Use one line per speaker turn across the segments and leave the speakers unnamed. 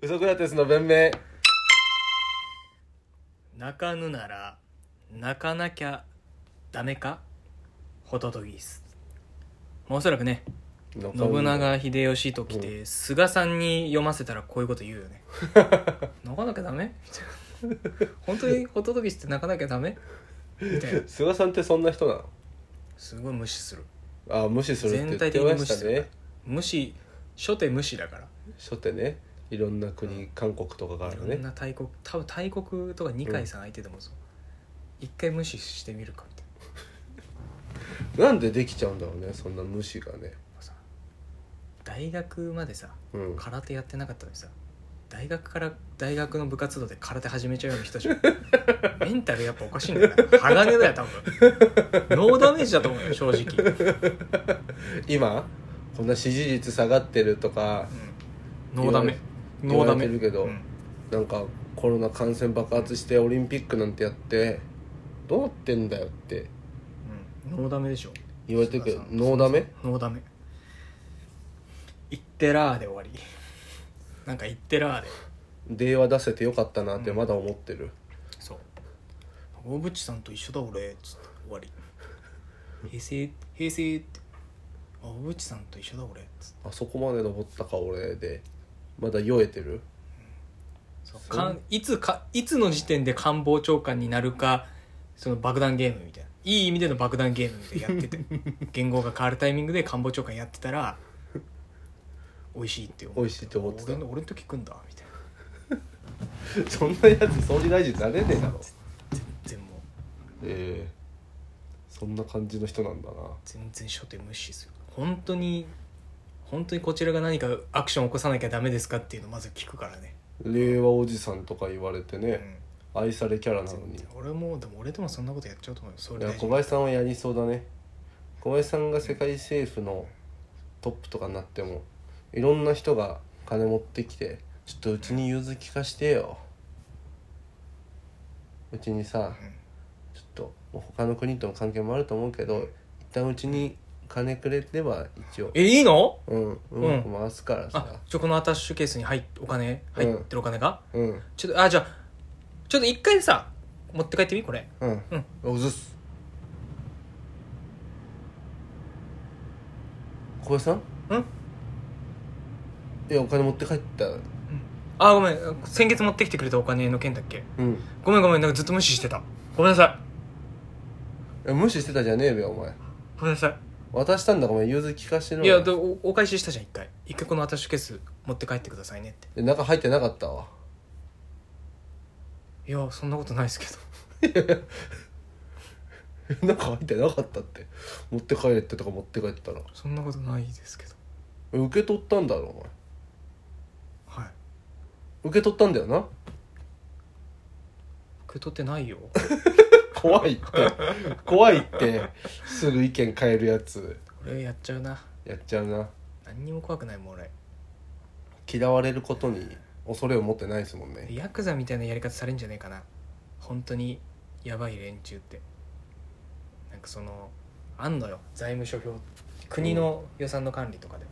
ウソクラテスの弁明。
泣かぬなら泣かなきゃダメかホトトギス、まあ、おそらくね信長秀吉と来て、菅さんに読ませたらこういうこと言うよね泣かなきゃダメみたいな本当にホトトギスって泣かなきゃダメみたいな
菅さんってそんな人なの
すごい無視する
あー無視するって
全
言
体
って
的に
ま
無視
し
す
た
る
ね
無視初手無視だから
初手ねいろんな国、韓国とかがあ
い
る
ろん
ね
な大国多分大国とか2
う
回
ん
さん相手でもそう一回無視してみるかみたい
なんでできちゃうんだろうねそんな無視がね
なさ大学までさ
うん
空手やってなかったのにさ大学から大学の部活動で空手始めちゃうような人 じゃんメンタルやっぱおかしいんだよな鋼だよ多分ノーダメージだと思うよ正直、うん
今こんな支持率下がってるとか
ノーダメ
言
ノー
わ
ダ
れ
メ
てるけど
うん
なんかコロナ感染爆発してオリンピックなんてやってどうなってんだよって
うんノーダメでしょ
言われてるけど
菅さん
ノーダメ
ノーダメいってらーで終わりなんかいってらーで
電話出せてよかったなってまだ思ってる、
そう大渕さんと一緒だ俺つって終わり平成平成ってあ大渕さんと一緒だ俺つって
あそこまで登ったか俺でまだ酔えてる
そう
そう
かんいつかいつの時点で官房長官になるかその爆弾ゲームみたいないい意味での爆弾ゲームみたいなやってて 言語が変わるタイミングで官房長官やってたら美味しいって思
美味しいって思ってた
俺の俺の時来んだみたいな
そんなやつ総理大臣なれねえだろ
全然もう
ええそんな感じの人なんだな
全然初手無視する本当に本当にこちらが何かアクションを起こさなきゃダメですかっていうのをまず聞くからね、
令和おじさんとか言われて
う
ね、
ん、
愛されキャラなのにい
全然俺もでも俺でもそんなことやっちゃうと思うよ総理
や
大
小
臣
林さんはやりそうだね小林さんが世界政府のトップとかになってもいろんな人が金持ってきて「ちょっとうちに融通聞かしてよ」うちにさ
うん
ちょっともう他の国との関係もあると思うけど一旦うちに金くれれば一応
えいいの
うんうまく回すから
あ
さ、
ちょこのアタッシュケースに入っお金入ってるお金が、
うん
ちょっとあじゃあちょっと一回さ持って帰ってみこれ
うん
うん
おずっす小林さん
うん、うん、
いやお金持って帰ったう
あごめん先月持ってきてくれたお金の件だっけ
んい
ごめんごめんなんかずっと無視してたごめんなさ
や無視してたじゃねえべよお前
いごめんなさい
渡したんだからお前融通聞かしてる
いやでおお返ししたじゃん一回一回このアタッシュケース持って帰ってくださいねって
中入ってなかった わ
いやそんなことないですけど
中入ってなかったって持って帰れってとか持って帰ったら
そんなことないですけど
受け取ったんだろお前
はい
受け取ったんだよな
受け取ってないよ
怖 いって怖いってすぐ意見変えるやつ
俺やっちゃうな
やっちゃうな
何にも怖くないもん俺
嫌われることに恐れを持ってないですもんね
ヤクザみたいなやり方されるんじゃねえかな本当にやばい連中ってなんかそのあんのよ財務諸表国の予算の管理とかで、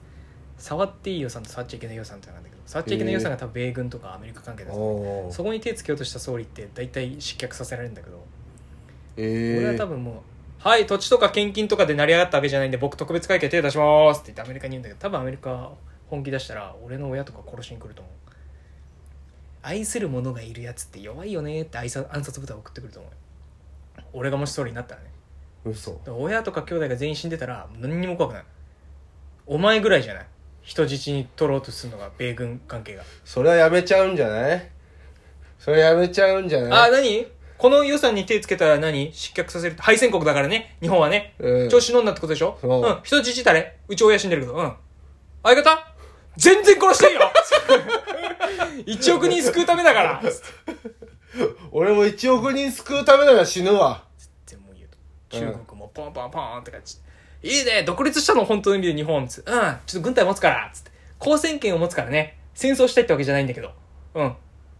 触っていい予算と触っちゃいけない予算ってのがあるんだけど触っちゃいけない予算が多分米軍とかアメリカ関係だぞ
おー
そこに手つけようとした総理って大体失脚させられるんだけど、俺
え
は
え
多分もう「はい土地とか献金とかで成り上がったわけじゃないんで僕特別会計手出します」って言ってアメリカに言うんだけど多分アメリカ本気出したら俺の親とか殺しに来ると思う愛する者がいるやつって弱いよねって挨拶暗殺部隊送ってくると思うよ俺がもし総理になったらね
嘘
だから親とか兄弟が全員死んでたら何にも怖くないお前ぐらいじゃない人質に取ろうとするのが米軍関係が
それはやめちゃうんじゃないそれはやめちゃうんじゃ
あ
な
あ
い
何この予算に手つけたら何失脚させる敗戦国だからね日本はね
うん
調子乗んなってことでしょ
そう
うん。人質誰うち親死んでるけど。うん。相方全然殺 してんよ !1 億人救うためだからつっ
俺も1億人救うためなら死ぬわ
てもう言うと。中国もポンポンポンって感じ。いいね独立したの本当の意味で日本つってうん。ちょっと軍隊持つからつって。交戦権を持つからね。戦争したいってわけじゃないんだけど。うん。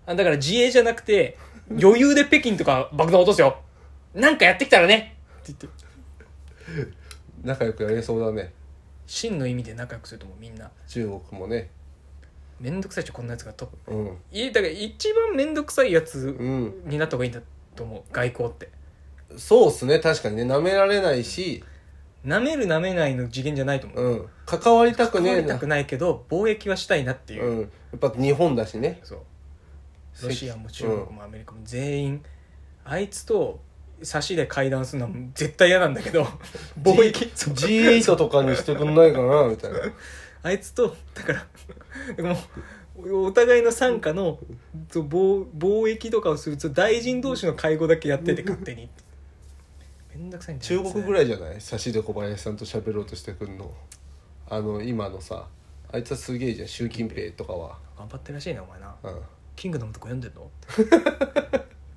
あだから自衛じゃなくて、余裕で北京とか爆弾落とすよ。なんかやってきたらねって言って。
仲良くやれそうだね
真の意味で仲良くするともうみんな。
中国もね
めんどくさいっちょこんなやつがと
うん
いいだから一番めんどくさいやつ
うん
になった方がいいんだと思う外交って
そうっすね確かにね舐められないし
なめるなめないの次元じゃないと思う、
うん関わりたくね
関わ
え
りた
な
くないけど貿易はしたいなっていう、
うんやっぱ日本だしね
そうロシアも中国もアメリカも全員、あいつと差しで会談するのは絶対嫌なんだけど 貿易そう
G8 とかにしてくんないかなみたいな
あいつとだからもうおお互いの傘下のそう貿貿易とかをすると大臣同士の会合だけやってて勝手にめんどくさいん
中国ぐ
い
らいじゃない差しで小林さんと喋ろうとしてくんのあの今のさあいつはすげえじゃん習近平とかは
頑張ってるらしいなお前な
うん
「キングダム」とか読んでんの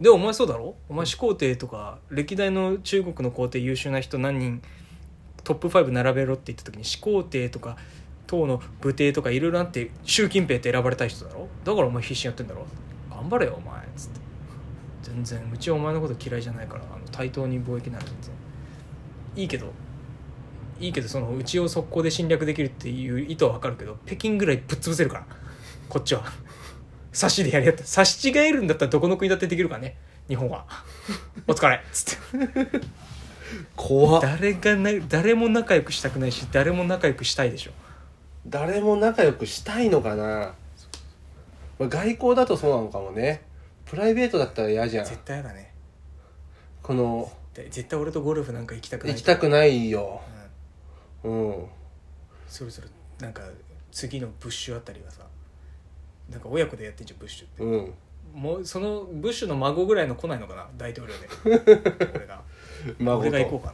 でもお前そうだろお前始皇帝とか歴代の中国の皇帝優秀な人何人トップ5並べろって言った時に始皇帝とか唐の武帝とかいろいろあって習近平って選ばれたい人だろだからお前必死にやってんだろ頑張れよお前っつって全然うちはお前のこと嫌いじゃないからあの対等に貿易なら全然いいけどいいけどそのうちを速攻で侵略できるっていう意図はわかるけど北京ぐらいぶっ潰せるからこっちは差しでやり合って差し違えるんだったらどこの国だってできるからね日 本はお疲れっつって
怖っ
誰がな誰も仲良くしたくないし誰も仲良くしたいでしょ
誰も仲良くしたいのかなまあ外交だとそうなのかもねプライベートだったら嫌じゃん
絶対やだね
この
で絶対俺とゴルフなんか行きたくない
行きたく
い、
ないよ
うん
うん
そろそろなんか次のブッシュあたりはさなんか親子でやってんじゃんブッシュって
うん
もうそのブッシュの孫ぐらいの来ないのかな大統領で俺が
孫
俺
と
が行こ
行
うかな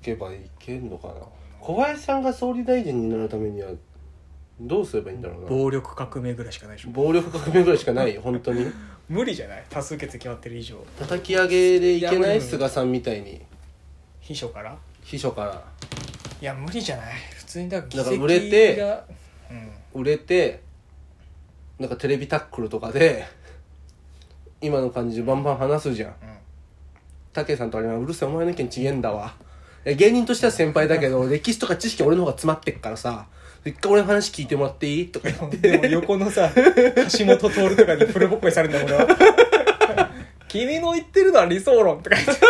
けば行けんのかな小林さんが総理大臣になるためにはどうすればいいんだろうな
暴力革命ぐらいしかないでしょ
暴力革命ぐらいしかないよ本当に
無理じゃない多数決決まってる以上
叩き上げでいけないい
や
菅さんみたいに
秘書から
秘書から
いや無理じゃない普通にだから
だから
議席
売れて
がうん、
売れてなんかテレビタックルとかで今の感じでバンバン話すじゃん
うん、
武さんとあれはうるせえお前の意見ちげえんだわいや芸人としては先輩だけど 歴史とか知識俺の方が詰まってっからさ一回俺の話聞いてもらっていいとか言って
でも横のさ橋本徹とかにフルボッコにされるんだ俺は 君の言ってるのは理想論とか言って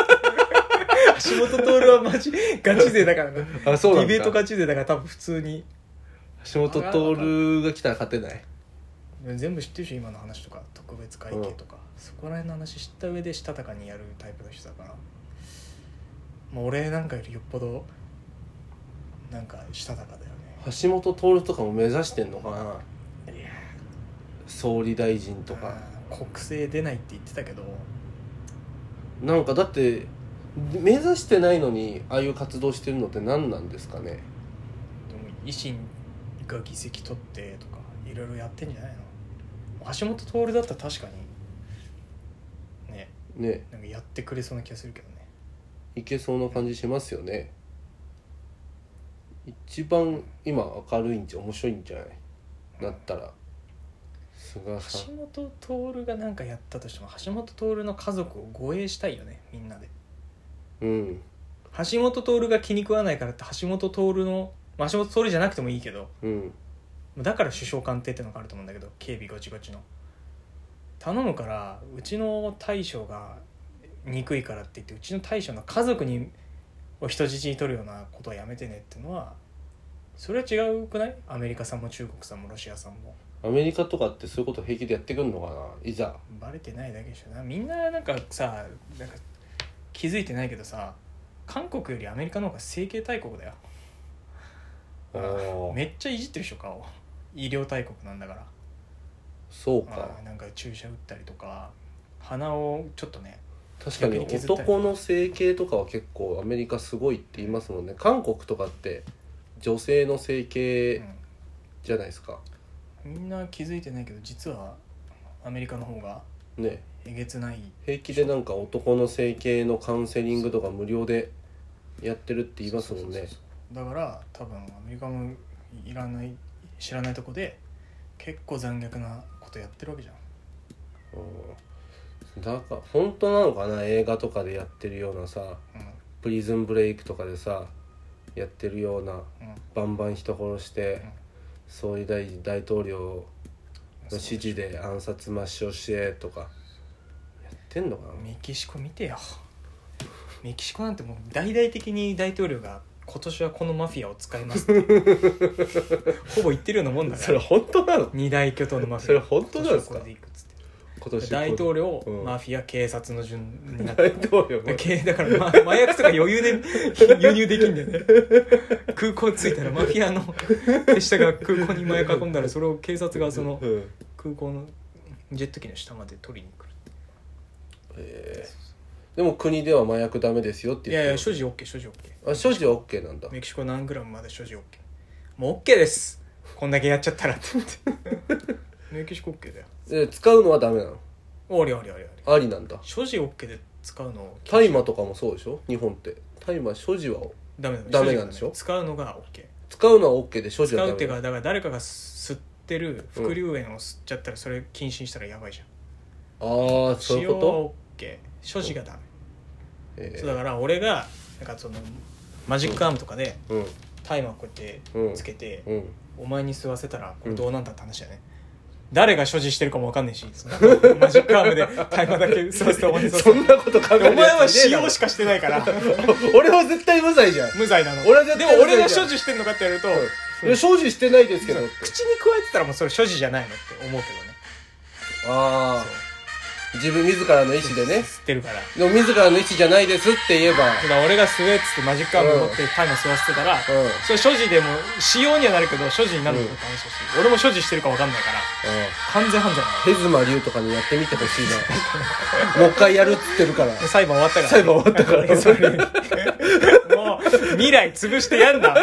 橋本徹はマジガチ勢だからね
あそうなんだ
ディベートガチ勢だから多分普通に
橋本徹が来たら勝てない
全部知ってるでしょ今の話とか特別会計とか、そこら辺の話知った上でしたたかにやるタイプの人だからもう俺なんかよりよっぽどなんかしたたかだよね
橋本徹とかも目指してんのかない
や
総理大臣と
とか
か
国政出ないって言ってたけど
なんかだって目指してないのにああいう活動してるのって何なんですかね
でも維新が議席取ってとかいろいろやってんじゃないの橋本徹だったら確かにね
ね
なんかやってくれそうな気がするけどね
いけそうな感じしますよね一番今明るいんじゃ面白いんじゃないだったら菅さん
橋本徹がなんかやったとしても橋本徹の家族を護衛したいよねみんなで
うん
橋本徹が気に食わないからって橋本徹の、まあ、橋本徹じゃなくてもいいけど
うん
だから首相官邸ってのがあると思うんだけど警備ごちごちの頼むからうちの大将が憎いからって言ってうちの大将の家族にを人質に取るようなことはやめてねってのはそれは違うくないアメリカさんも中国さんもロシアさんも
アメリカとかってそういうこと平気でやってくんのかないざ
バレてないだけでしょなみんななんかさなんか気づいてないけどさ韓国よりアメリカの方が整形大国だよ
あー
めっちゃいじってるでしょ顔医療大国なんだから
そうか
あーなんか注射打ったりとか鼻をちょっとね
確かに
逆に削ったり
男の整形とかは結構アメリカすごいって言いますもんね韓国とかって女性の整形じゃないですか
うんみんな気づいてないけど実はアメリカの方が
ね
えげつない
平気でなんか男の整形のカウンセリングとか無料でやってるって言いますもん
そう
ね
そうそうだから多分アメリカもいらない知らないとこで結構残虐なことやってるわけじゃん
うんだから本当なのかな映画とかでやってるようなさ
う
プリズンブレイクとかでさやってるようなん
うん
バンバン人殺して
うん
総理大臣大統領指示で暗殺抹消してとかやってんのかな
メキシコ見てよメキシコなんてもう大々的に大統領が今年はこのマフィアを使いますって ほぼ言ってるようなもんだか
それ
ら
本当なの
二大巨頭のマフィア
それ本当なんですか
今年はこれでいくっつって
今年
大統領、
うん
マフィア警察の順に なって
大統領
だけだから、ま、麻薬とか余裕で輸入できんだよね空港着いたらマフィアの手下が空港に麻薬運んだらそれを警察がその
うん
空港のジェット機の下まで取りに来る
えーでも国では麻薬ダメですよって
いやいや
って
所持 OK 所持 OK
るあ所持は OK なんだ
メキシコ何グラムまで所持 OK もう OK ですこんだけやっちゃったらって言って メキシコ OK だよ
で使うのはダメなの
ありありありあり
ありなんだ
所持 OK で使うの
大麻とかもそうでしょ日本って大麻所持は
ダメだ
ダメなんでしょ
使うのが OK
使うのは OK で所持
使
は
う
ダ
って
メ
いう
な
かだから誰かが吸ってる副流煙を吸っちゃったらそれ禁止にしたらやばいじゃん、
のああそう
使
いう
用
こ
は
と
OK 所持がダメ、
え
そうだ
ー
から俺がなんかそのマジックアームとかで
うん
タイマーこうやってつけて、
うん
お前に吸わせたらこれどうなんだって話だよね、誰が所持してるかもわかんないしそのマジックアームでタイマーだけ吸わせてお前に吸 わ
そ
せて
んなこと考え
お前は使
使
用
用
しかしてないから
俺は絶対無罪じゃん
無罪なの
俺は絶
で
対
も
無罪
俺が
じゃ
所
ん
持してんのかってやると、
いや所持してないですけどって
口に加えてたらもうそれ所持じゃないのって思うけどね
あ
そう
あ自分自らの意思でね
吸ってるから
でも自らの意思じゃないですって言えば
ただ俺が吸えっつってマジックアーム持ってタイム吸わせてたら、
うん
それ所持でも使用にはなるけど所持になるのって話だし、俺も所持してるか分かんないから完全犯罪な
ヘズマリュウとかにやってみてほしいなもう一回やるっつってるから
の裁判終わったから
裁判終わったから
もう未来潰してやんだ